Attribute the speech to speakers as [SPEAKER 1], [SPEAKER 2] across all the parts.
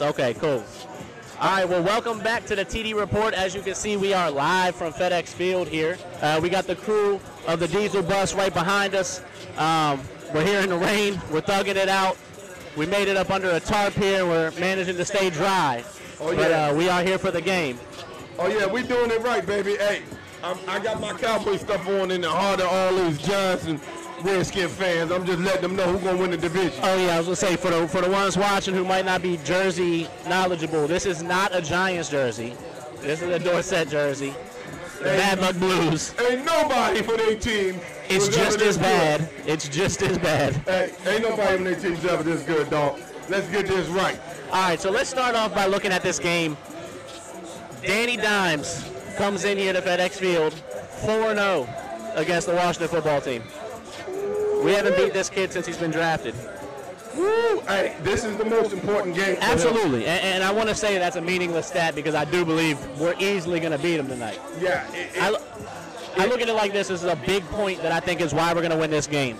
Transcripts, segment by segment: [SPEAKER 1] Okay, cool. All right, well, welcome back to the TD Report. As you can see, we are live from FedEx Field here. Uh, we got the crew of the diesel bus right behind us. Um, we're here in the rain. We're thugging it out. We made it up under a tarp here. We're managing to stay dry.
[SPEAKER 2] Oh,
[SPEAKER 1] But
[SPEAKER 2] yeah.
[SPEAKER 1] uh, we are here for the game.
[SPEAKER 2] Oh yeah, we doing it right, baby. Hey, I'm, I got my cowboy stuff on in the heart of all these Johnson Redskin fans. I'm just letting them know who's gonna win the division.
[SPEAKER 1] Oh yeah, I was gonna say for the for the ones watching who might not be jersey knowledgeable, this is not a Giants jersey. This is a Dorset jersey. The Bad Luck Blues.
[SPEAKER 2] Ain't nobody for their team.
[SPEAKER 1] It's
[SPEAKER 2] was
[SPEAKER 1] just
[SPEAKER 2] ever this
[SPEAKER 1] as bad. It's just as bad.
[SPEAKER 2] good. Hey, ain't nobody on their team's ever this good, dog. Let's get this right.
[SPEAKER 1] All right, so let's start off by looking at this game. Danny Dimes comes in here to FedEx Field, 4 0 against the Washington football team. We haven't beat this kid since he's been drafted.
[SPEAKER 2] Woo! Hey, this is the most important game. for them.
[SPEAKER 1] Absolutely. And, and I want to say that's a meaningless stat because I do believe we're easily going to beat him tonight.
[SPEAKER 2] Yeah. It, it,
[SPEAKER 1] I, lo- I look at it like this. This is a big point that I think is why we're going to win this game.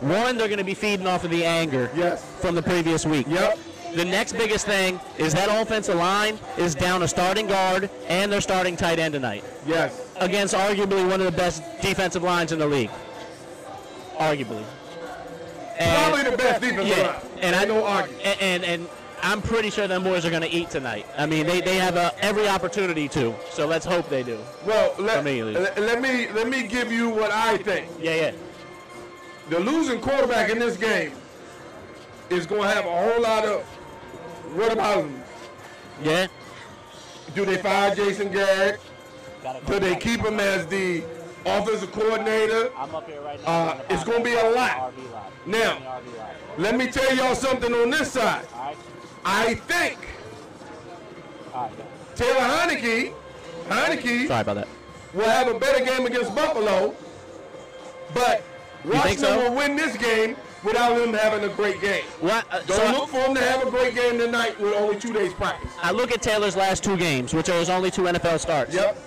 [SPEAKER 1] One, they're going to be feeding off of the anger
[SPEAKER 2] Yes.
[SPEAKER 1] from the previous week.
[SPEAKER 2] Yep.
[SPEAKER 1] The next biggest thing is that offensive line is down a starting guard and their starting tight end tonight
[SPEAKER 2] yes.
[SPEAKER 1] against arguably one of the best defensive lines in the league. Arguably. And-
[SPEAKER 2] Probably the best defense.
[SPEAKER 1] yeah,
[SPEAKER 2] line.
[SPEAKER 1] and I
[SPEAKER 2] Ain't no argument.
[SPEAKER 1] And, and and I'm pretty sure them boys are going to eat tonight. I mean, they, they have uh every opportunity to. So let's hope they do.
[SPEAKER 2] Well, let,
[SPEAKER 1] Immediately.
[SPEAKER 2] let, let me let me give you what I think.
[SPEAKER 1] Yeah, yeah.
[SPEAKER 2] the losing quarterback in this game is going to have a whole lot of what about him?
[SPEAKER 1] Yeah.
[SPEAKER 2] Do they fire Jason Garrett? Do they keep him as the offensive coordinator?
[SPEAKER 1] I'm up here right now.
[SPEAKER 2] Uh, it's going to be a lot. Now, let me tell y'all something on this side. I think Taylor Heineke, Heineke
[SPEAKER 1] Sorry about that.
[SPEAKER 2] will have a better game against Buffalo, but Washington
[SPEAKER 1] so?
[SPEAKER 2] will win this game without him having a great game.
[SPEAKER 1] What? Uh,
[SPEAKER 2] Don't
[SPEAKER 1] so I-
[SPEAKER 2] look for him to have a great game tonight with only two days practice.
[SPEAKER 1] I look at Taylor's last two games, which are his only two NFL starts.
[SPEAKER 2] Yep.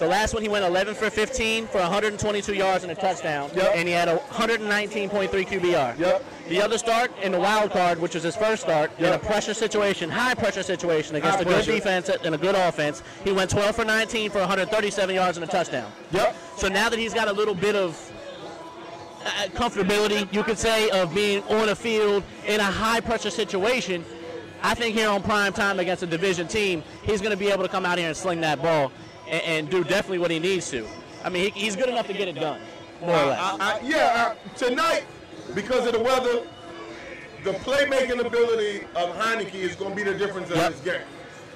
[SPEAKER 1] The last one he went 11 for 15 for 122 yards and a touchdown,
[SPEAKER 2] Yep.
[SPEAKER 1] and he had a 119.3 QBR.
[SPEAKER 2] Yep.
[SPEAKER 1] The other start in the wild card, which was his first start, in a
[SPEAKER 2] Yep.
[SPEAKER 1] pressure situation, high pressure situation against
[SPEAKER 2] High
[SPEAKER 1] a good
[SPEAKER 2] pressure.
[SPEAKER 1] defense and a good offense, he went 12 for 19 for 137 yards and a touchdown.
[SPEAKER 2] Yep.
[SPEAKER 1] So now that he's got a little bit of uh, comfortability, you could say, of being on a field in a high pressure situation, I think here on prime time against a division team, he's going to be able to come out here and sling that ball and, and do definitely what he needs to. I mean, he, he's good enough to get it done, more or less.
[SPEAKER 2] I, I, yeah, I, tonight, because of the weather, the playmaking ability of Heineke is going to be the difference of
[SPEAKER 1] Yep.
[SPEAKER 2] this game.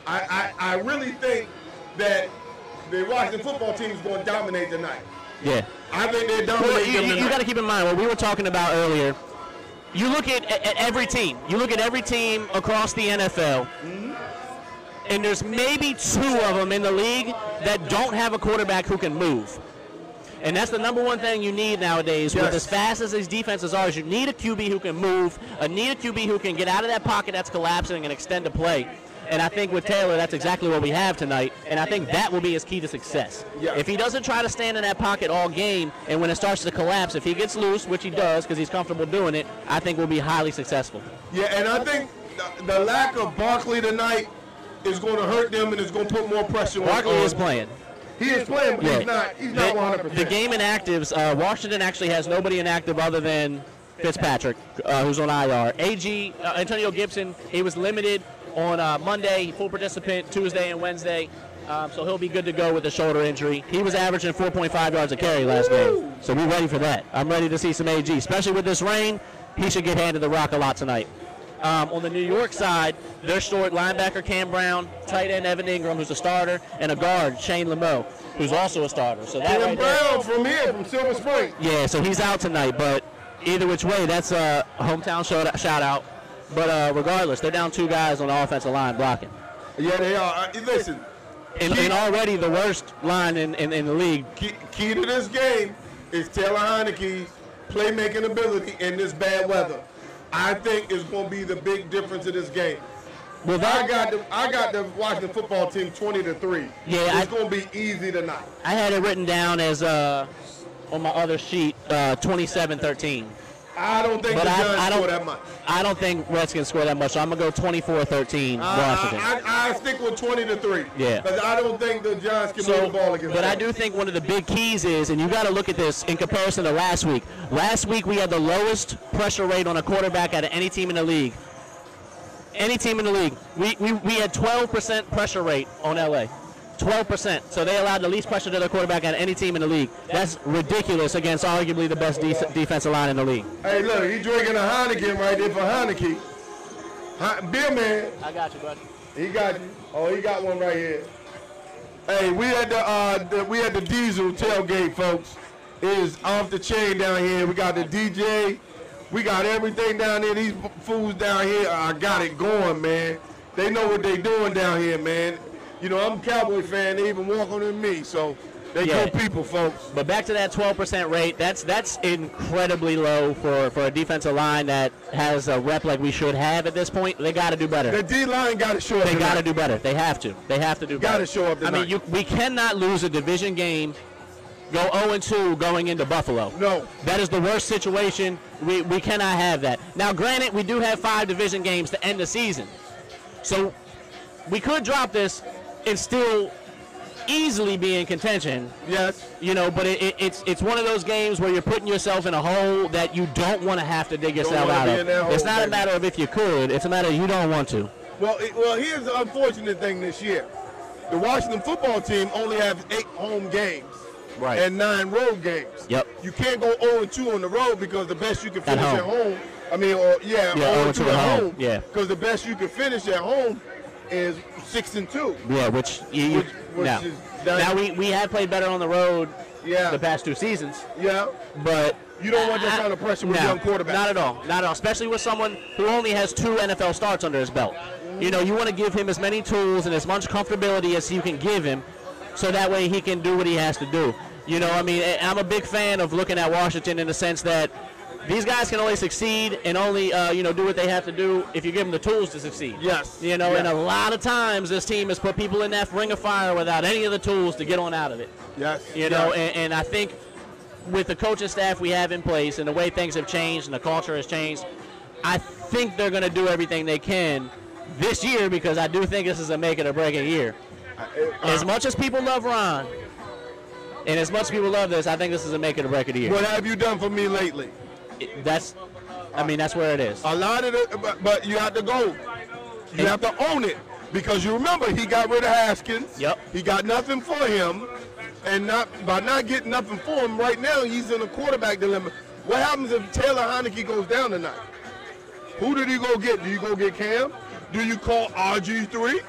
[SPEAKER 2] I, I, I really think that the Washington football team is going to dominate tonight.
[SPEAKER 1] yeah.
[SPEAKER 2] I think they
[SPEAKER 1] Well,
[SPEAKER 2] dominate
[SPEAKER 1] you,
[SPEAKER 2] them tonight.
[SPEAKER 1] got to keep in mind what we were talking about earlier. You look at, at at every team. You look at every team across the NFL,
[SPEAKER 2] Mm-hmm.
[SPEAKER 1] and there's maybe two of them in the league that don't have a quarterback who can move. And that's the number one thing you need nowadays. With
[SPEAKER 2] Yes.
[SPEAKER 1] as fast as these defenses are, is you need a QB who can move, a need a QB who can get out of that pocket that's collapsing and extend the play. And I think with Taylor, that's exactly what we have tonight. And I think that will be his key to success.
[SPEAKER 2] Yeah.
[SPEAKER 1] If he doesn't try to stand in that pocket all game, and when it starts to collapse, if he gets loose, which he does because he's comfortable doing it, I think we'll be highly successful.
[SPEAKER 2] yeah, and I think the, the lack of Barkley tonight is going to hurt them and it's going to put more pressure on
[SPEAKER 1] Barkley
[SPEAKER 2] on-
[SPEAKER 1] is playing.
[SPEAKER 2] He is playing, but
[SPEAKER 1] Yeah.
[SPEAKER 2] he's not. He's
[SPEAKER 1] The-
[SPEAKER 2] not 100.
[SPEAKER 1] The game inactives, uh, Washington actually has nobody inactive other than Fitzpatrick, uh, who's on IR. AG, uh, Antonio Gibson, he was limited on uh, Monday, full participant Tuesday and Wednesday. Um, so he'll be good to go with the shoulder injury. He was averaging 4.5 yards a carry last game. So we're ready for that. I'm ready to see some AG, especially with this rain. He should get handed the rock a lot tonight. Um, on the New York side, they're short linebacker Cam Brown, tight end Evan Ingram, who's a starter, and a guard Shane Lameau, who's also a starter. So that
[SPEAKER 2] Jalen
[SPEAKER 1] right there-
[SPEAKER 2] Brown from here, from Silver Spring.
[SPEAKER 1] yeah, so he's out tonight, but either which way, that's a hometown shout shout out. But uh, regardless, they're down two guys on the offensive line blocking.
[SPEAKER 2] Yeah, they are. Uh, listen,
[SPEAKER 1] And, and already the worst line in, in, in the league.
[SPEAKER 2] key, key to this game is Taylor Heineke's playmaking ability in this bad weather. I think is going to be the big difference of this game.
[SPEAKER 1] Well,
[SPEAKER 2] I
[SPEAKER 1] that,
[SPEAKER 2] got the I got the Washington football team 20 to three.
[SPEAKER 1] Yeah,
[SPEAKER 2] it's
[SPEAKER 1] I-
[SPEAKER 2] going to be easy tonight.
[SPEAKER 1] I had it written down as uh, on my other sheet, uh, 27-13.
[SPEAKER 2] I don't think
[SPEAKER 1] But
[SPEAKER 2] the
[SPEAKER 1] I-
[SPEAKER 2] Giants
[SPEAKER 1] I don't-
[SPEAKER 2] score that much.
[SPEAKER 1] I don't think Redskins score that much, so I'm gonna go 24-13 Washington.
[SPEAKER 2] Ah, I, Uh, I, I stick with 20 to 3.
[SPEAKER 1] Yeah.
[SPEAKER 2] Because I don't think the Giants can
[SPEAKER 1] So,
[SPEAKER 2] move the ball against
[SPEAKER 1] but I
[SPEAKER 2] them.
[SPEAKER 1] do think one of the big keys is, and you got to look at this in comparison to last week. Last week we had the lowest pressure rate on a quarterback out of any team in the league. Any team in the league. We, we, we had 12% pressure rate on LA. 12%. So they allowed the least pressure to their quarterback out of any team in the league. That's ridiculous against arguably the best de- defensive line in the league.
[SPEAKER 2] Hey, look, he drinking a Heineken right there for Heineken. Hi, beer man.
[SPEAKER 1] I got you, bud.
[SPEAKER 2] He got oh he got one right here. Hey, we had the, uh, the we had the diesel tailgate, folks. It is off the chain down here. We got the DJ. We got everything down there. These fools down here, I got it going, man. They know what they doing down here, man. You know, I'm a Cowboy fan. They even walk on to me, so they
[SPEAKER 1] Yeah.
[SPEAKER 2] go people, folks.
[SPEAKER 1] But back to that 12% rate, that's that's incredibly low for, for a defensive line that has a rep like we should have at this point. They got to do
[SPEAKER 2] The
[SPEAKER 1] better.
[SPEAKER 2] D line got to show up.
[SPEAKER 1] They got to
[SPEAKER 2] tonight.
[SPEAKER 1] do better. They have to. They have to do better.
[SPEAKER 2] Gotta show up
[SPEAKER 1] I mean,
[SPEAKER 2] tonight.
[SPEAKER 1] you, we cannot lose a division game, go 0-2 going into Buffalo.
[SPEAKER 2] No.
[SPEAKER 1] That is the worst situation. We, we cannot have that. Now, granted, we do have five division games to end the season. So we could drop this and still easily be in contention
[SPEAKER 2] Yes.
[SPEAKER 1] you know, but it, it, it's it's one of those games where you're putting yourself in a hole that you don't want to have to dig yourself
[SPEAKER 2] wanna
[SPEAKER 1] out
[SPEAKER 2] be
[SPEAKER 1] of.
[SPEAKER 2] in that
[SPEAKER 1] It's
[SPEAKER 2] hole,
[SPEAKER 1] not a
[SPEAKER 2] baby.
[SPEAKER 1] matter of if you could; it's a matter of you don't want to.
[SPEAKER 2] Well, it, well, here's the unfortunate thing this year: the Washington football team only have eight home games
[SPEAKER 1] Right.
[SPEAKER 2] and nine road games.
[SPEAKER 1] Yep.
[SPEAKER 2] You can't go 0 and 2 on the road because the best you can
[SPEAKER 1] At
[SPEAKER 2] finish at
[SPEAKER 1] home.
[SPEAKER 2] home. I mean, or yeah,
[SPEAKER 1] Yeah,
[SPEAKER 2] 0 and 2 at home.
[SPEAKER 1] yeah.
[SPEAKER 2] Because the best you can finish at home is six and two.
[SPEAKER 1] Yeah, which you, you
[SPEAKER 2] Which- which
[SPEAKER 1] now,
[SPEAKER 2] is- that-
[SPEAKER 1] now we we have played better on the road
[SPEAKER 2] Yeah.
[SPEAKER 1] the past two seasons,
[SPEAKER 2] Yeah.
[SPEAKER 1] but
[SPEAKER 2] You don't want that
[SPEAKER 1] I-
[SPEAKER 2] kind of pressure with
[SPEAKER 1] no,
[SPEAKER 2] young quarterbacks.
[SPEAKER 1] Not at all, not at all. Especially with someone who only has two NFL starts under his belt. You know, you want to give him as many tools and as much comfortability as you can give him, so that way he can do what he has to do. You know, I mean, I- I'm a big fan of looking at Washington in the sense that these guys can only succeed and only uh, you know do what they have to do if you give them the tools to succeed.
[SPEAKER 2] Yes.
[SPEAKER 1] You know, and
[SPEAKER 2] Yes.
[SPEAKER 1] a lot of times this team has put people in that ring of fire without any of the tools to get on out of it.
[SPEAKER 2] Yes.
[SPEAKER 1] You know,
[SPEAKER 2] yes.
[SPEAKER 1] and, and I think with the coaching staff we have in place and the way things have changed and the culture has changed, I think they're going to do everything they can this year because I do think this is a make it or break it year. As much as people love Ron and as much as people love this, I think this is a make it or break it year.
[SPEAKER 2] what have you done for me lately?
[SPEAKER 1] It- that's, I mean, that's where it is.
[SPEAKER 2] A lot of the, but, but you have to go. You have to own it because you remember he got rid of Haskins.
[SPEAKER 1] Yep.
[SPEAKER 2] He got nothing for him, and not by not getting nothing for him right now, he's in a quarterback dilemma. What happens if Taylor Heineke goes down tonight? Who did he go get? Do you go get Cam? Do you call RG three?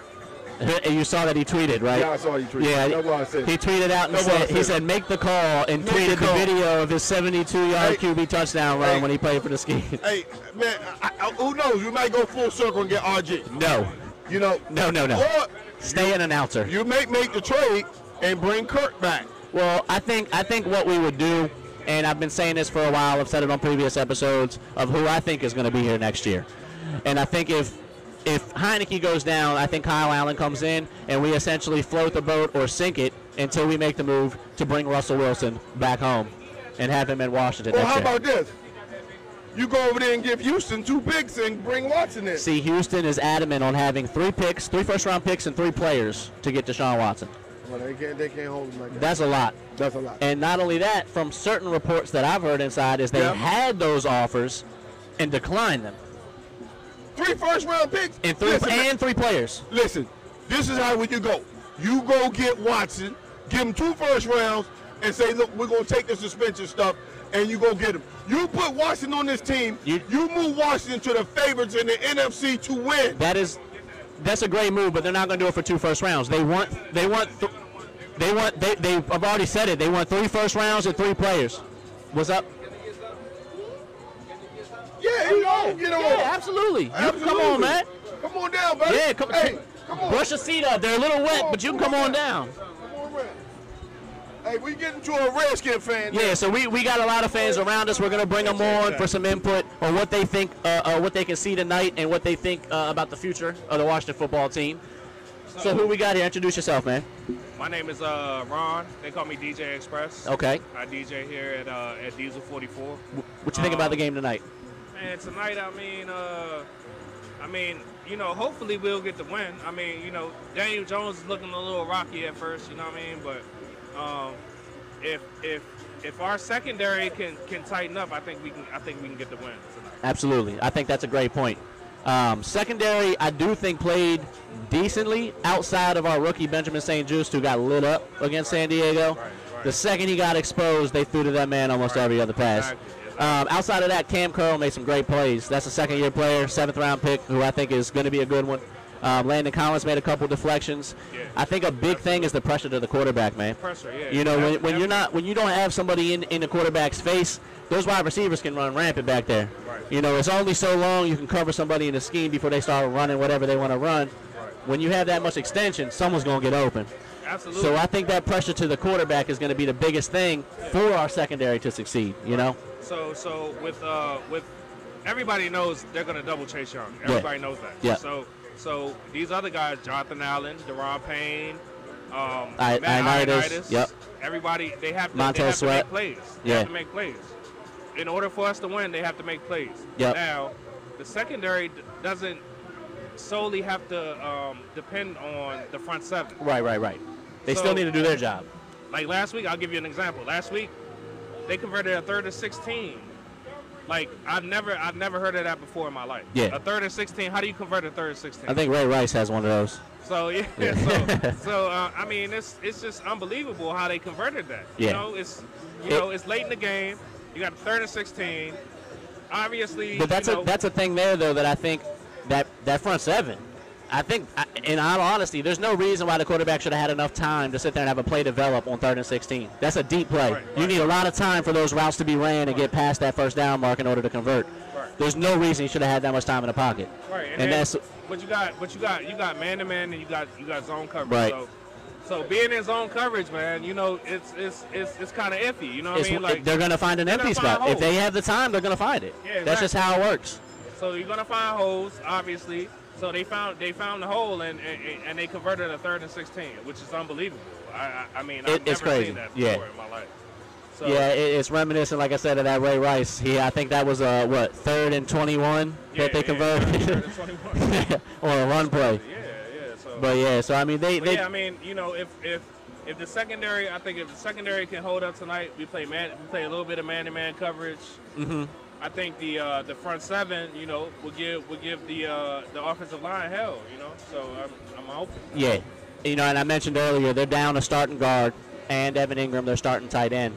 [SPEAKER 1] and you saw that he tweeted, right?
[SPEAKER 2] Yeah, I saw he tweeted.
[SPEAKER 1] Yeah,
[SPEAKER 2] That's why I said
[SPEAKER 1] he
[SPEAKER 2] it.
[SPEAKER 1] tweeted out and
[SPEAKER 2] That's why I
[SPEAKER 1] said, he
[SPEAKER 2] said it.
[SPEAKER 1] said, make the call and
[SPEAKER 2] Make the
[SPEAKER 1] tweeted the,
[SPEAKER 2] call.
[SPEAKER 1] video of his 72-yard
[SPEAKER 2] Hey.
[SPEAKER 1] QB touchdown run
[SPEAKER 2] Hey.
[SPEAKER 1] when he played for the Skins.
[SPEAKER 2] Hey man, I, I, who knows? We might go full circle and get RG.
[SPEAKER 1] No,
[SPEAKER 2] You know?
[SPEAKER 1] No, no, no.
[SPEAKER 2] Or
[SPEAKER 1] stay an announcer.
[SPEAKER 2] you may make the trade and bring Kirk back.
[SPEAKER 1] Well, I think I think what we would do, and I've been saying this for a while. I've said it on previous episodes of who I think is going to be here next year, and I think if if Heineke goes down, I think Kyle Allen comes in, and we essentially float the boat or sink it until we make the move to bring Russell Wilson back home and have him in Washington.
[SPEAKER 2] Well,
[SPEAKER 1] next
[SPEAKER 2] how
[SPEAKER 1] year.
[SPEAKER 2] about this? You go over there and give Houston two picks and bring Watson in.
[SPEAKER 1] See, Houston is adamant on having three picks, three first-round picks, and three players to get Deshaun Watson.
[SPEAKER 2] Well, they can't. They can't hold him like
[SPEAKER 1] That's a lot.
[SPEAKER 2] That's a lot.
[SPEAKER 1] And not only that, from certain reports that I've heard inside, is they
[SPEAKER 2] Yeah.
[SPEAKER 1] had those offers and declined them.
[SPEAKER 2] three first round picks
[SPEAKER 1] And three
[SPEAKER 2] Listen,
[SPEAKER 1] and three players.
[SPEAKER 2] listen, this is how you go. You go get Watson, give him two first rounds, and say, look, we're gonna take the suspension stuff, and you go get him. You put Washington on this team.
[SPEAKER 1] You-
[SPEAKER 2] You, move Washington to the favorites in the NFC to win.
[SPEAKER 1] That is, that's a great move, but they're not going to do it for two first rounds. They want, they want, th- they want. They they. I've already said it. They want three first rounds and three players. What's up?
[SPEAKER 2] Yeah, you know, you know.
[SPEAKER 1] Yeah, absolutely. You can come
[SPEAKER 2] Absolutely.
[SPEAKER 1] on, man.
[SPEAKER 2] Come on down, buddy.
[SPEAKER 1] Yeah, come,
[SPEAKER 2] hey, come on.
[SPEAKER 1] Brush your seat up. They're a little wet,
[SPEAKER 2] Come on,
[SPEAKER 1] but you can
[SPEAKER 2] come
[SPEAKER 1] come on
[SPEAKER 2] on.
[SPEAKER 1] down.
[SPEAKER 2] Hey, we getting to a Redskin fan.
[SPEAKER 1] Yeah, so we, we got a lot of fans around us. We're gonna bring them on for some input on what they think, uh, uh, what they can see tonight, and what they think uh, about the future of the Washington football team. So who we got here? Introduce yourself, man.
[SPEAKER 3] My name is uh, Ron. They call me DJ Express.
[SPEAKER 1] Okay.
[SPEAKER 3] I DJ here at uh, at Diesel 44.
[SPEAKER 1] What you think about the game tonight?
[SPEAKER 3] Man, tonight, I mean, uh, I mean, you know, hopefully we'll get the win. I mean, you know, Daniel Jones is looking a little rocky at first, you know what I mean? But um, if if if our secondary can can tighten up, I think we can I think we can get the win tonight.
[SPEAKER 1] Absolutely. I think that's a great point. Um, secondary, I do think played decently outside of our rookie Benjamin St. Just, who got lit up against San Diego.
[SPEAKER 3] right.
[SPEAKER 1] The second he got exposed, they threw to that man almost every other pass.
[SPEAKER 3] Exactly, exactly.
[SPEAKER 1] Um, outside of that, Cam Curl made some great plays. That's a second year player, seventh round pick, who I think is going to be a good one. Um, Landon Collins made a couple deflections.
[SPEAKER 3] Yeah.
[SPEAKER 1] I think a big thing is the pressure to the quarterback, man.
[SPEAKER 3] Pressure, yeah.
[SPEAKER 1] You know,
[SPEAKER 3] Def-
[SPEAKER 1] when, when you're not when you don't have somebody in, in the quarterback's face, those wide receivers can run rampant back there.
[SPEAKER 3] Right.
[SPEAKER 1] You know, it's only so long you can cover somebody in the scheme before they start running whatever they want to run. When you have that much extension, someone's gonna get open.
[SPEAKER 3] absolutely.
[SPEAKER 1] So I think that pressure to the quarterback is gonna be the biggest thing for our secondary to succeed. You know,
[SPEAKER 3] So so with uh with everybody knows they're gonna double chase Young. Everybody knows that.
[SPEAKER 1] Yeah.
[SPEAKER 3] So so these other guys, Jonathan Allen, Deron Payne, um,
[SPEAKER 1] I-
[SPEAKER 3] Matt
[SPEAKER 1] Ionitis,
[SPEAKER 3] Ionitis,
[SPEAKER 1] yep.
[SPEAKER 3] Everybody they have to,
[SPEAKER 1] Montez
[SPEAKER 3] they have
[SPEAKER 1] Sweat.
[SPEAKER 3] to make plays. They
[SPEAKER 1] Yeah.
[SPEAKER 3] have to make plays. In order for us to win, they have to make plays.
[SPEAKER 1] Yep.
[SPEAKER 3] Now, the secondary d- doesn't solely have to um, depend on the front seven.
[SPEAKER 1] right, right, right. They
[SPEAKER 3] So-
[SPEAKER 1] still need to do their job.
[SPEAKER 3] Like last week, I'll give you an example. Last week, they converted a third to 16. Like I've never, I've never heard of that before in my life.
[SPEAKER 1] Yeah.
[SPEAKER 3] A third and 16. How do you convert a third and 16?
[SPEAKER 1] I think Ray Rice has one of those.
[SPEAKER 3] so. Yeah.
[SPEAKER 1] Yeah.
[SPEAKER 3] so, so uh, I mean, it's it's just unbelievable how they converted that.
[SPEAKER 1] Yeah.
[SPEAKER 3] You know, it's you
[SPEAKER 1] It-
[SPEAKER 3] know, it's late in the game. You got a third and 16. Obviously.
[SPEAKER 1] But that's
[SPEAKER 3] you
[SPEAKER 1] a
[SPEAKER 3] know,
[SPEAKER 1] that's a thing there though that I think that that front seven. I think, I- in all honesty, there's no reason why the quarterback should have had enough time to sit there and have a play develop on third and 16. That's a deep play.
[SPEAKER 3] Right,
[SPEAKER 1] you
[SPEAKER 3] right.
[SPEAKER 1] need a lot of time for those routes to be ran and get past that first down mark in order to convert.
[SPEAKER 3] Right.
[SPEAKER 1] There's no reason he should have had that much time in the pocket.
[SPEAKER 3] Right,
[SPEAKER 1] And,
[SPEAKER 3] then-
[SPEAKER 1] that's
[SPEAKER 3] but you got but you got you got man to man and you got you got zone coverage.
[SPEAKER 1] Right.
[SPEAKER 3] So, so being in zone coverage, man, you know it's it's it's it's kind of iffy. You know what
[SPEAKER 1] it's,
[SPEAKER 3] I mean? Like
[SPEAKER 1] they're going to find an empty
[SPEAKER 3] gonna find
[SPEAKER 1] spot. If
[SPEAKER 3] holes.
[SPEAKER 1] they have the time, they're going to find it.
[SPEAKER 3] Yeah,
[SPEAKER 1] That's just how it works.
[SPEAKER 3] so you're gonna find holes, obviously. So they found they found the hole and and, and they converted a third and sixteen, which is unbelievable. I I, I mean I've
[SPEAKER 1] It- it's
[SPEAKER 3] never
[SPEAKER 1] crazy.
[SPEAKER 3] seen that
[SPEAKER 1] Yeah.
[SPEAKER 3] before in my life. So
[SPEAKER 1] Yeah, it, it's reminiscent, like I said, of that Ray Rice. He, I think that was, uh, what, third and 21
[SPEAKER 3] yeah,
[SPEAKER 1] that they
[SPEAKER 3] yeah,
[SPEAKER 1] converted?
[SPEAKER 3] third and 21.
[SPEAKER 1] on a run play.
[SPEAKER 3] yeah, yeah. So
[SPEAKER 1] But yeah, so I mean, they,
[SPEAKER 3] But
[SPEAKER 1] they
[SPEAKER 3] yeah, I mean, you know, if if if the secondary, I think if the secondary can hold up tonight, we play man, we play a little bit of man-to-man coverage. Mm-hmm. I think the uh, the front seven, you know, will give will give the uh, the offensive line hell, you know. So I'm I'm hoping.
[SPEAKER 1] yeah, you know, and I mentioned earlier they're down a starting guard and Evan Ingram, they're starting tight end,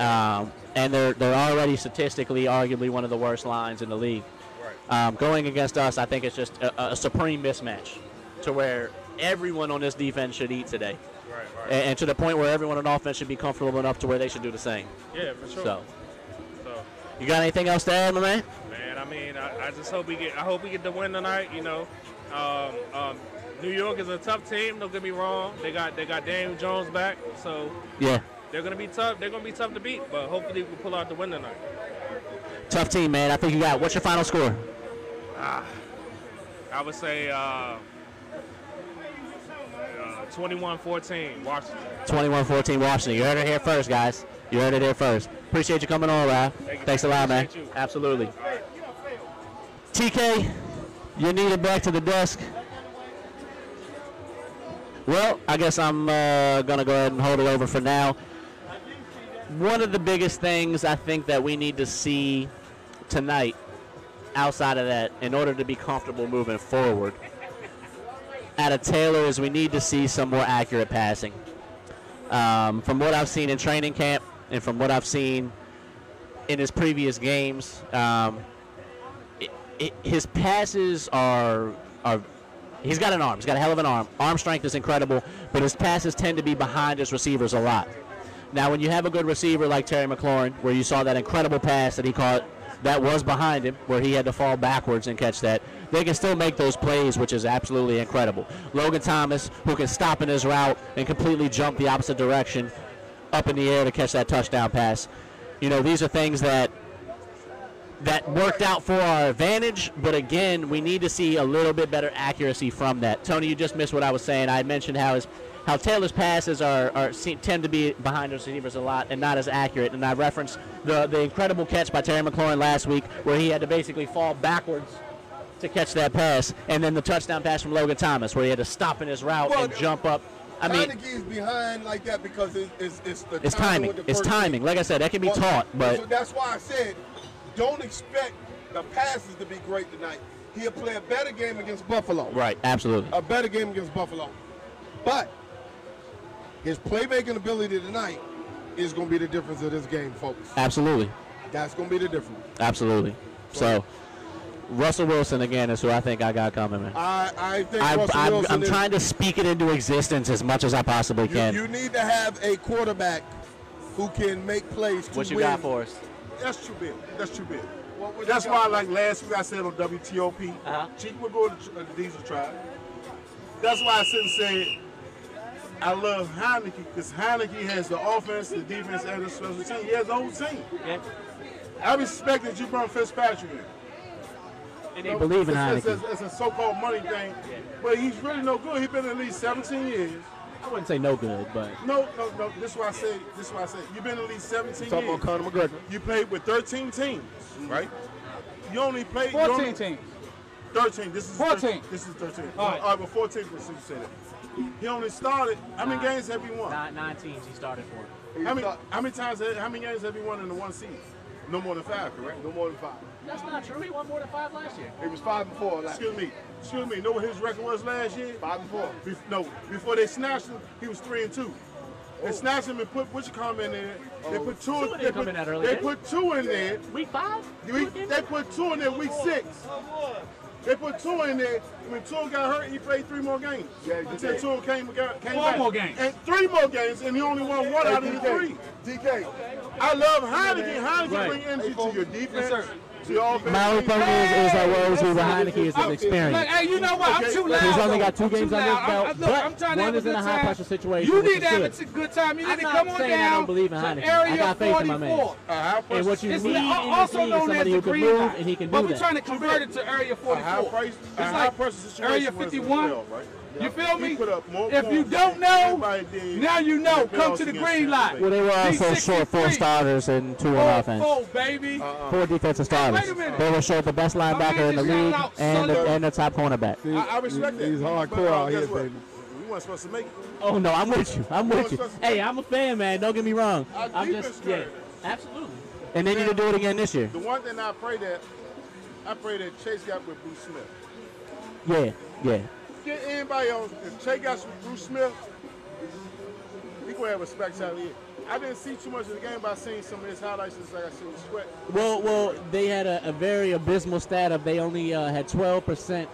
[SPEAKER 1] um, and they're they're already statistically arguably one of the worst lines in the league. Um, going against us, I think it's just a, a supreme mismatch to where everyone on this defense should eat today,
[SPEAKER 3] Right,
[SPEAKER 1] and, and to the point where everyone on offense should be comfortable enough to where they should do the same.
[SPEAKER 3] Yeah, for sure.
[SPEAKER 1] So,
[SPEAKER 3] So,
[SPEAKER 1] you got anything else to add, my man?
[SPEAKER 3] man, I mean, I, I just hope we get I hope we get the win tonight, you know. Um, um, New York is a tough team. Don't get me wrong. They got they got Daniel Jones back, so
[SPEAKER 1] Yeah,
[SPEAKER 3] they're gonna be tough. They're gonna be tough to beat, but hopefully we can pull out the win tonight.
[SPEAKER 1] tough team, man. I think you got. What's your final score?
[SPEAKER 3] I would say uh, uh, 21-14, Washington.
[SPEAKER 1] 21-14 Washington. You heard it here first, guys. You heard it here first. Appreciate you coming on, Ralph.
[SPEAKER 3] Thank you.
[SPEAKER 1] Thanks a lot, man.
[SPEAKER 3] Appreciate you.
[SPEAKER 1] Absolutely. TK, you're needed back to the desk. Well, I guess I'm uh, going to go ahead and hold it over for now. One of the biggest things I think that we need to see tonight, outside of that, in order to be comfortable moving forward, out of Taylor is we need to see some more accurate passing. Um, from what I've seen in training camp and from what I've seen in his previous games, um, it, it, his passes are are. He's got an arm. He's got a hell of an arm. Arm strength is incredible, but his passes tend to be behind his receivers a lot. Now, when you have a good receiver like Terry McLaurin, where you saw that incredible pass that he caught that was behind him, where he had to fall backwards and catch that, they can still make those plays, which is absolutely incredible. Logan Thomas, who can stop in his route and completely jump the opposite direction up in the air to catch that touchdown pass. You know, these are things that that worked out for our advantage, but again, we need to see a little bit better accuracy from that. Tony, you just missed what I was saying. I mentioned how his how Taylor's passes are, are se- tend to be behind those receivers a lot and not as accurate. And I referenced the, the incredible catch by Terry McLaurin last week where he had to basically fall backwards to catch that pass, and then the touchdown pass from Logan Thomas where he had to stop in his route
[SPEAKER 4] Well,
[SPEAKER 1] and jump up. I mean,
[SPEAKER 4] Heineke's behind like that because it, it's, it's the
[SPEAKER 1] it's timing.
[SPEAKER 4] with the
[SPEAKER 1] It's
[SPEAKER 4] first
[SPEAKER 1] timing. Like I said, that can be
[SPEAKER 4] Well,
[SPEAKER 1] taught, but
[SPEAKER 4] so that's why I said, don't expect the passes to be great tonight. He'll play a better game against Buffalo.
[SPEAKER 1] right, absolutely.
[SPEAKER 4] A better game against Buffalo, but his playmaking ability tonight is going to be the difference of this game, folks.
[SPEAKER 1] Absolutely.
[SPEAKER 4] That's going to be the difference.
[SPEAKER 1] Absolutely. So, Russell Wilson again is who I think I got coming, man.
[SPEAKER 4] I I think
[SPEAKER 1] I,
[SPEAKER 4] Russell
[SPEAKER 1] I'm,
[SPEAKER 4] Wilson
[SPEAKER 1] I'm
[SPEAKER 4] is-
[SPEAKER 1] trying to speak it into existence as much as I possibly
[SPEAKER 4] You,
[SPEAKER 1] can.
[SPEAKER 4] you need to have a quarterback who can make plays. To
[SPEAKER 1] what you
[SPEAKER 4] win.
[SPEAKER 1] got for us?
[SPEAKER 5] That's too big. That's too big.
[SPEAKER 4] What would you
[SPEAKER 5] That's
[SPEAKER 4] got?
[SPEAKER 5] why, like last week, I said on WTOP,
[SPEAKER 1] Uh-huh.
[SPEAKER 5] Chief would go to tr- uh, the Diesel tribe. That's why I sit and say, I love Heineke because Heineke has the offense, the defense, and the special team. He has the whole team.
[SPEAKER 1] Yeah.
[SPEAKER 5] I respect that you brought Fitzpatrick in.
[SPEAKER 1] And they believe in
[SPEAKER 5] it's, it's,
[SPEAKER 1] Heineken.
[SPEAKER 5] it's, it's a so-called money thing, but he's really no good. He's been at least 17 years.
[SPEAKER 1] I wouldn't say no good, but
[SPEAKER 5] No, no, no. This is why I say. This is why I say. You've been at least 17
[SPEAKER 4] Talking
[SPEAKER 5] years.
[SPEAKER 4] about Conor McGregor.
[SPEAKER 5] You played with 13 teams, right? You only played you only-
[SPEAKER 6] 14 teams.
[SPEAKER 5] 13. This is
[SPEAKER 6] 14.
[SPEAKER 5] 13, this is 13. All right,
[SPEAKER 6] right.
[SPEAKER 5] well, 14 for since you said it. He only started. How many
[SPEAKER 1] Nine.
[SPEAKER 5] games have he won?
[SPEAKER 1] nine, nine teams he started for.
[SPEAKER 5] How many? How many times? have- How many games have he won in the one season? No more than five, correct?
[SPEAKER 4] No more than five.
[SPEAKER 1] That's not true. He won more than five last year.
[SPEAKER 4] It was five and four. Like,
[SPEAKER 5] Excuse me. Excuse me. Know what his record was last year?
[SPEAKER 4] five and four.
[SPEAKER 5] Be- no, before they snatched him, he was three and two. They snatched him and put what you call in there. They put two.
[SPEAKER 1] Somebody
[SPEAKER 5] they
[SPEAKER 1] come
[SPEAKER 5] put,
[SPEAKER 1] in that early,
[SPEAKER 5] they
[SPEAKER 1] didn't
[SPEAKER 5] put two in there.
[SPEAKER 1] Week five?
[SPEAKER 5] We- they put two in there week six. They put two in there. When two got hurt, he played three more games.
[SPEAKER 4] Yeah, he
[SPEAKER 5] Until
[SPEAKER 4] did.
[SPEAKER 5] two came, got, came
[SPEAKER 6] Four
[SPEAKER 5] back.
[SPEAKER 6] more games.
[SPEAKER 5] And three more games, and he only won one out of the three.
[SPEAKER 4] DK.
[SPEAKER 5] I love Heineken. Heineken
[SPEAKER 6] Right.
[SPEAKER 5] bring energy to your defense,
[SPEAKER 4] sir.
[SPEAKER 5] to your offense.
[SPEAKER 1] My only problem is, is that what was with Heineke is his
[SPEAKER 5] I'm-
[SPEAKER 6] Look,
[SPEAKER 1] experience.
[SPEAKER 6] hey, you know what? I'm too loud.
[SPEAKER 1] He's only
[SPEAKER 6] though.
[SPEAKER 1] got two
[SPEAKER 6] I'm too
[SPEAKER 1] games under
[SPEAKER 6] loud.
[SPEAKER 1] his belt,
[SPEAKER 6] I'm- I'm-
[SPEAKER 1] but
[SPEAKER 6] look, I'm trying to
[SPEAKER 1] one
[SPEAKER 6] have
[SPEAKER 1] is in
[SPEAKER 6] good
[SPEAKER 1] a high
[SPEAKER 6] time.
[SPEAKER 1] pressure situation,
[SPEAKER 6] You
[SPEAKER 1] which
[SPEAKER 6] need
[SPEAKER 1] is
[SPEAKER 6] to have a
[SPEAKER 1] good.
[SPEAKER 6] t- good time. You
[SPEAKER 1] I'm
[SPEAKER 6] need to
[SPEAKER 1] not
[SPEAKER 6] come on
[SPEAKER 1] saying I
[SPEAKER 6] down
[SPEAKER 1] don't believe in
[SPEAKER 6] to
[SPEAKER 1] Heineken.
[SPEAKER 6] Area
[SPEAKER 1] I got faith in my man.
[SPEAKER 6] 44.
[SPEAKER 5] A high pressure,
[SPEAKER 1] And what you
[SPEAKER 6] It's
[SPEAKER 1] need in
[SPEAKER 6] not-
[SPEAKER 1] this
[SPEAKER 6] also
[SPEAKER 1] league is
[SPEAKER 6] known as
[SPEAKER 1] somebody
[SPEAKER 6] the
[SPEAKER 1] who can
[SPEAKER 6] green
[SPEAKER 1] move
[SPEAKER 6] light.
[SPEAKER 1] and he can
[SPEAKER 6] but
[SPEAKER 1] do
[SPEAKER 6] we're trying
[SPEAKER 1] that.
[SPEAKER 6] to convert it to Area
[SPEAKER 5] a high
[SPEAKER 6] 44.
[SPEAKER 5] price, a
[SPEAKER 6] It's
[SPEAKER 5] high
[SPEAKER 6] like
[SPEAKER 5] pressure situation
[SPEAKER 6] Area
[SPEAKER 5] was as
[SPEAKER 6] 51.
[SPEAKER 5] well, right?
[SPEAKER 6] You feel
[SPEAKER 5] He
[SPEAKER 6] me?
[SPEAKER 5] put up more
[SPEAKER 6] If you
[SPEAKER 5] points
[SPEAKER 6] don't
[SPEAKER 5] than
[SPEAKER 6] know,
[SPEAKER 5] anybody did
[SPEAKER 6] now you
[SPEAKER 5] in
[SPEAKER 6] know.
[SPEAKER 5] the
[SPEAKER 6] Come to the
[SPEAKER 5] playoffs
[SPEAKER 6] green
[SPEAKER 5] against
[SPEAKER 6] light.
[SPEAKER 1] Well, they were also
[SPEAKER 6] D63.
[SPEAKER 1] short four starters and two on offense.
[SPEAKER 6] Oh, baby.
[SPEAKER 5] Uh,
[SPEAKER 1] Four defensive starters.
[SPEAKER 6] Wait a minute.
[SPEAKER 1] They were short the best linebacker in the
[SPEAKER 6] just shout
[SPEAKER 1] league
[SPEAKER 6] out
[SPEAKER 1] and the,
[SPEAKER 6] Sutherland.
[SPEAKER 1] and the top cornerback.
[SPEAKER 5] I, I respect that.
[SPEAKER 4] He's hardcore
[SPEAKER 5] But, uh,
[SPEAKER 4] out
[SPEAKER 5] guess
[SPEAKER 4] here,
[SPEAKER 5] what?
[SPEAKER 4] baby.
[SPEAKER 5] We weren't supposed to make it.
[SPEAKER 1] Oh no, I'm with you. I'm with you. Hey, I'm a fan, man. Don't get me wrong.
[SPEAKER 5] Our
[SPEAKER 1] I'm
[SPEAKER 5] defense
[SPEAKER 1] just yeah,
[SPEAKER 5] started.
[SPEAKER 1] absolutely. And they need to do it again this year.
[SPEAKER 5] The one thing I pray that I pray that Chase got with Bruce Smith.
[SPEAKER 1] Yeah, yeah.
[SPEAKER 5] Get anybody else. If Chase got with Bruce Smith, he gonna have a spectacular year. I didn't see too much of the game, but I seen some of his highlights. It's like I see with sweat.
[SPEAKER 1] Well, well, they had a, a very abysmal stat of they only uh, had 12%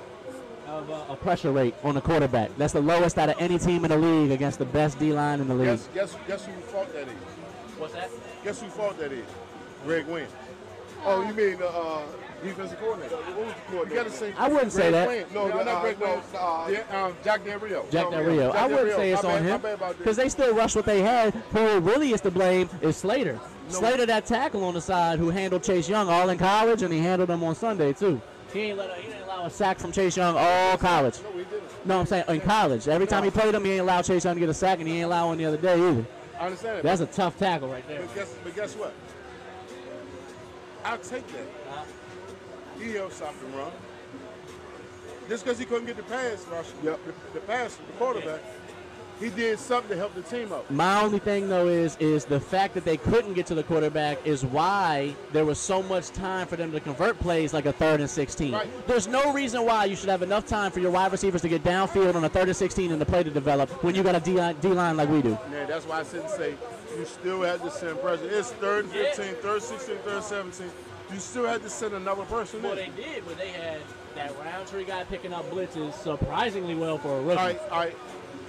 [SPEAKER 1] of uh, a pressure rate on the quarterback. That's the lowest out of any team in the league against the best D line in the league.
[SPEAKER 5] Guess guess guess who fault that is?
[SPEAKER 1] What's that?
[SPEAKER 5] Guess who fault that is? Greg Wynn,
[SPEAKER 4] Oh, you mean the uh,
[SPEAKER 5] defensive coordinator.
[SPEAKER 4] who was the
[SPEAKER 5] You
[SPEAKER 4] coordinator?
[SPEAKER 5] gotta say.
[SPEAKER 1] I wouldn't say
[SPEAKER 5] Greg
[SPEAKER 1] that.
[SPEAKER 5] Wynn.
[SPEAKER 4] No,
[SPEAKER 5] No,
[SPEAKER 4] uh,
[SPEAKER 5] not Greg
[SPEAKER 4] no,
[SPEAKER 5] Wynn.
[SPEAKER 4] uh,
[SPEAKER 5] yeah, um, Jack Del Rio.
[SPEAKER 1] Jack Del Rio.
[SPEAKER 5] Jack
[SPEAKER 1] I
[SPEAKER 5] Del
[SPEAKER 1] wouldn't
[SPEAKER 5] Rio.
[SPEAKER 1] say it's
[SPEAKER 5] My
[SPEAKER 1] on
[SPEAKER 5] bad,
[SPEAKER 1] him
[SPEAKER 5] my bad about that.
[SPEAKER 1] because they still rush what they had. Who really is to blame is Slater. Slater, that tackle on the side, who handled Chase Young all in college, and he handled him on Sunday too. He ain't let a, he didn't allow a sack from Chase Young all college.
[SPEAKER 5] No, he didn't.
[SPEAKER 1] No, I'm saying in college. Every time he played him, he ain't allow Chase Young to get a sack, and he ain't allow one the other day either.
[SPEAKER 5] I understand that.
[SPEAKER 1] That's a tough tackle right there.
[SPEAKER 5] But guess, but guess what? I'll take that. He held something wrong. Just because he couldn't get the pass rush, the, the pass from the quarterback, he did something to help the team out.
[SPEAKER 1] My only thing though is is the fact that they couldn't get to the quarterback is why there was so much time for them to convert plays like a third and sixteen.
[SPEAKER 5] Right.
[SPEAKER 1] There's no reason why you should have enough time for your wide receivers to get downfield on a third and sixteen and the play to develop when you got a D line, D line like we do.
[SPEAKER 5] Man, that's why I sit and say you still had to send pressure. It's third and 15, third 16, third 17. You still had to send another person in.
[SPEAKER 1] did was they had that Roundtree guy picking up blitzes surprisingly well for a rookie.
[SPEAKER 5] All right, all right.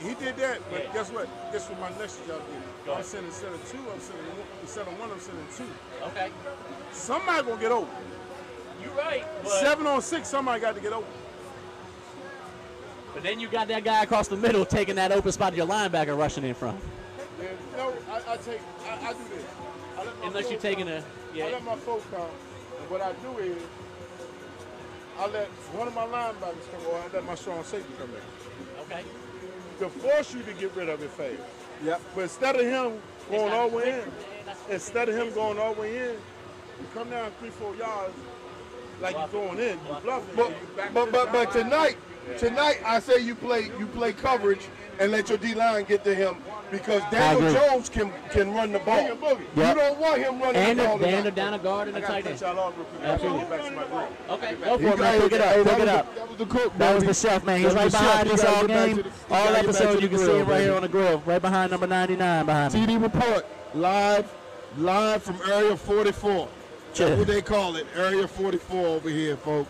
[SPEAKER 5] He did that, but
[SPEAKER 1] Yeah.
[SPEAKER 5] guess what? Guess what my next job did? I'm sending instead of two, I'm sending one, instead of one, I'm sending two.
[SPEAKER 1] Okay,
[SPEAKER 5] Somebody gonna get over.
[SPEAKER 1] you're right.
[SPEAKER 5] Seven on six, somebody got to get over.
[SPEAKER 1] but then you got that guy across the middle taking that open spot your linebacker rushing in from.
[SPEAKER 5] And no, I, I take, I, I do this. I let my
[SPEAKER 1] Unless you're
[SPEAKER 5] phone
[SPEAKER 1] taking
[SPEAKER 5] count.
[SPEAKER 1] a- yeah.
[SPEAKER 5] I let my phone count. And what I do is, I let one of my linebackers come, or I let my strong safety come in
[SPEAKER 1] Okay.
[SPEAKER 5] to force you to get rid of it fast.
[SPEAKER 4] Yep.
[SPEAKER 5] But instead of him going
[SPEAKER 1] not
[SPEAKER 5] all the way
[SPEAKER 1] quick.
[SPEAKER 5] in, instead of him going all the way in, you come down three, four yards like you're going in, you bluffing.
[SPEAKER 2] But
[SPEAKER 5] you back to
[SPEAKER 2] but
[SPEAKER 5] the
[SPEAKER 2] but, but
[SPEAKER 5] sideline.
[SPEAKER 2] tonight, tonight I say you play you play coverage and let your D line get to him because Daniel
[SPEAKER 1] agree.
[SPEAKER 2] Jones can can run the ball.
[SPEAKER 5] Boogie, boogie.
[SPEAKER 2] You don't want him running
[SPEAKER 1] And
[SPEAKER 2] the
[SPEAKER 1] a,
[SPEAKER 2] ball. tonight.
[SPEAKER 1] and a down a guard and a
[SPEAKER 5] I gotta
[SPEAKER 1] tight
[SPEAKER 5] cut
[SPEAKER 1] end.
[SPEAKER 5] y'all off real quick. I'm gonna get back to my group.
[SPEAKER 1] Okay, go for
[SPEAKER 2] You
[SPEAKER 1] it, man.
[SPEAKER 2] gotta-
[SPEAKER 1] Pick it
[SPEAKER 2] hey,
[SPEAKER 1] up.
[SPEAKER 2] that
[SPEAKER 1] Pick it
[SPEAKER 2] was the-
[SPEAKER 1] up.
[SPEAKER 2] That was the cook.
[SPEAKER 1] That
[SPEAKER 2] man.
[SPEAKER 1] was the chef, man. He's
[SPEAKER 2] That
[SPEAKER 1] right
[SPEAKER 2] was the chef.
[SPEAKER 1] behind
[SPEAKER 2] You
[SPEAKER 1] us
[SPEAKER 2] gotta
[SPEAKER 1] all
[SPEAKER 2] get back
[SPEAKER 1] game,
[SPEAKER 2] to the-
[SPEAKER 1] all
[SPEAKER 2] gotta get back to
[SPEAKER 1] episode. You
[SPEAKER 2] the
[SPEAKER 1] can see
[SPEAKER 2] grill,
[SPEAKER 1] him right
[SPEAKER 2] baby.
[SPEAKER 1] here on the grill, right behind number 99 behind me.
[SPEAKER 2] TD report live, live from Area 44.
[SPEAKER 1] Yeah.
[SPEAKER 2] That's what they call it, Area 44 over here, folks.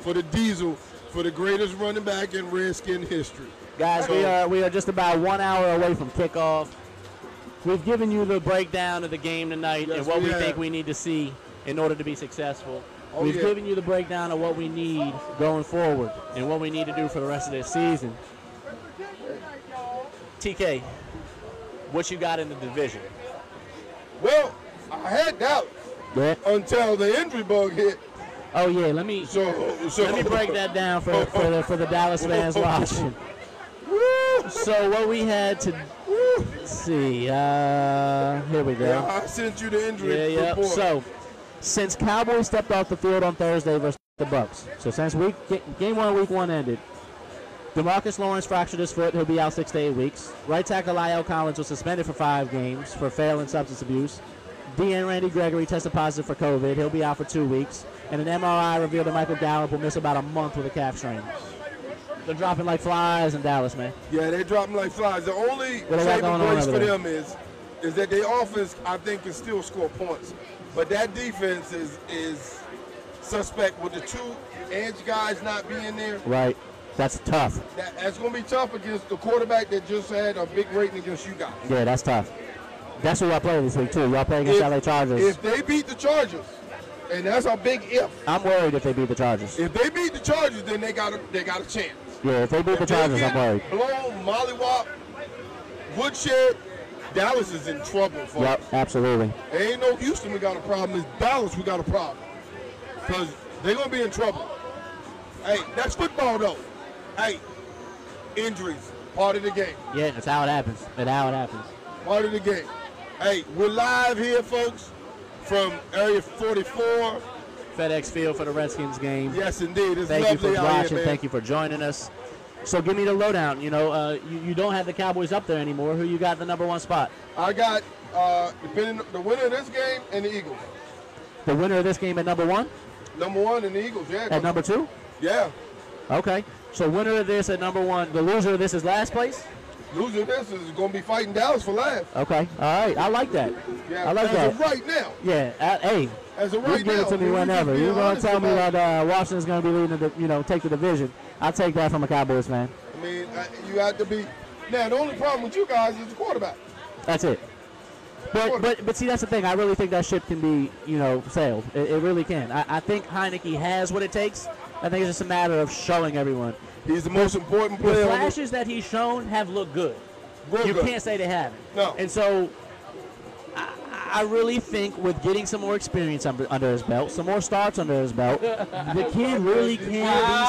[SPEAKER 2] For the Diesel, for the greatest running back in Redskin history.
[SPEAKER 1] Guys, we are we are just about one hour away from kickoff. We've given you the breakdown of the game tonight
[SPEAKER 2] Yes,
[SPEAKER 1] and what
[SPEAKER 2] we
[SPEAKER 1] we
[SPEAKER 2] have.
[SPEAKER 1] think we need to see in order to be successful.
[SPEAKER 2] Oh,
[SPEAKER 1] We've
[SPEAKER 2] yeah.
[SPEAKER 1] given you the breakdown of what we need going forward and what we need to do for the rest of this season. TK, what you got in the division?
[SPEAKER 2] Well, I had doubts until the injury bug hit.
[SPEAKER 1] Oh yeah, let me
[SPEAKER 2] So, so
[SPEAKER 1] Let me break that down for, for, the, for the Dallas fans watching. So what we had to let's see, uh, here we
[SPEAKER 2] Yeah,
[SPEAKER 1] go.
[SPEAKER 2] I sent you the injury
[SPEAKER 1] Yeah, yeah.
[SPEAKER 2] report.
[SPEAKER 1] So since Cowboys stepped off the field on Thursday versus the Bucks, so since week ga- game one, week one ended, Demarcus Lawrence fractured his foot. He'll be out six to eight weeks. Right tackle Lyle Collins was suspended for five games for failing substance abuse. DN Randy Gregory tested positive for COVID. He'll be out for two weeks. And an MRI revealed that Michael Gallup will miss about a month with a calf strain. They're dropping like flies in Dallas, man.
[SPEAKER 2] Yeah, they drop them like flies. The only
[SPEAKER 1] What they got
[SPEAKER 2] saving
[SPEAKER 1] going on
[SPEAKER 2] grace
[SPEAKER 1] over
[SPEAKER 2] for
[SPEAKER 1] there?
[SPEAKER 2] them is is that their offense, I think, can still score points. But that defense is is suspect with the two edge guys not being there.
[SPEAKER 1] Right. That's tough.
[SPEAKER 2] That, that's going to be tough against the quarterback that just had a big rating against you guys.
[SPEAKER 1] Yeah, that's tough. That's who y'all play this week too. Y'all play against LA Chargers.
[SPEAKER 2] if they beat the Chargers, and that's a big if.
[SPEAKER 1] I'm worried if they beat the Chargers.
[SPEAKER 2] If they beat the Chargers, then they got a they got a chance.
[SPEAKER 1] Yeah, if they beat the
[SPEAKER 2] If they
[SPEAKER 1] Chargers,
[SPEAKER 2] get
[SPEAKER 1] I'm worried.
[SPEAKER 2] Blown, mollywop, woodshed. Dallas is in trouble. Folks.
[SPEAKER 1] Yep, absolutely.
[SPEAKER 2] Ain't no Houston we got a problem. It's Dallas we got a problem. Because they're going to be in trouble. Hey, that's football, though. Hey, injuries, part of the game.
[SPEAKER 1] Yeah, that's how it happens. That's how it happens.
[SPEAKER 2] Part of the game. Hey, we're live here, folks, from Area 44.
[SPEAKER 1] FedEx Field for the Redskins game.
[SPEAKER 2] Yes, indeed. It's
[SPEAKER 1] Thank you
[SPEAKER 2] lovely
[SPEAKER 1] for
[SPEAKER 2] out
[SPEAKER 1] watching.
[SPEAKER 2] here, man.
[SPEAKER 1] Thank you for joining us. So give me the lowdown. You know, uh, you, you don't have the Cowboys up there anymore. Who you got in the number one spot?
[SPEAKER 2] I got uh, depending the winner of this game and the Eagles.
[SPEAKER 1] The winner of this game at number one?
[SPEAKER 2] Number one and the Eagles, yeah.
[SPEAKER 1] At number two?
[SPEAKER 2] yeah.
[SPEAKER 1] Okay. So winner of this at number one. The loser of this is last place?
[SPEAKER 2] Loser this is going to be fighting Dallas for last.
[SPEAKER 1] Okay. All right. I like that.
[SPEAKER 2] Yeah,
[SPEAKER 1] I like
[SPEAKER 2] as
[SPEAKER 1] that.
[SPEAKER 2] of right now.
[SPEAKER 1] Yeah. Uh, hey,
[SPEAKER 2] As of
[SPEAKER 1] you
[SPEAKER 2] right
[SPEAKER 1] give
[SPEAKER 2] now.
[SPEAKER 1] it to me
[SPEAKER 2] we just
[SPEAKER 1] whenever.
[SPEAKER 2] being
[SPEAKER 1] You're going to
[SPEAKER 2] honest
[SPEAKER 1] tell me
[SPEAKER 2] about it.
[SPEAKER 1] that uh, Washington's going to be leading the, you know, take the division. I'll take that from a Cowboys fan.
[SPEAKER 2] I mean, I- you have to be. Now, the only problem with you guys is the quarterback.
[SPEAKER 1] That's it. But but but see, that's the thing. I really think that ship can be you know sailed. It, it really can. I, I think Heineke has what it takes. I think it's just a matter of showing everyone.
[SPEAKER 2] He's the most important
[SPEAKER 1] The
[SPEAKER 2] player. on the-
[SPEAKER 1] flashes that he's shown have looked good.
[SPEAKER 2] Real
[SPEAKER 1] you
[SPEAKER 2] good.
[SPEAKER 1] can't say they haven't.
[SPEAKER 2] No.
[SPEAKER 1] And so. I, I really think with getting some more experience under, under his belt, some more starts under his belt, the kid really can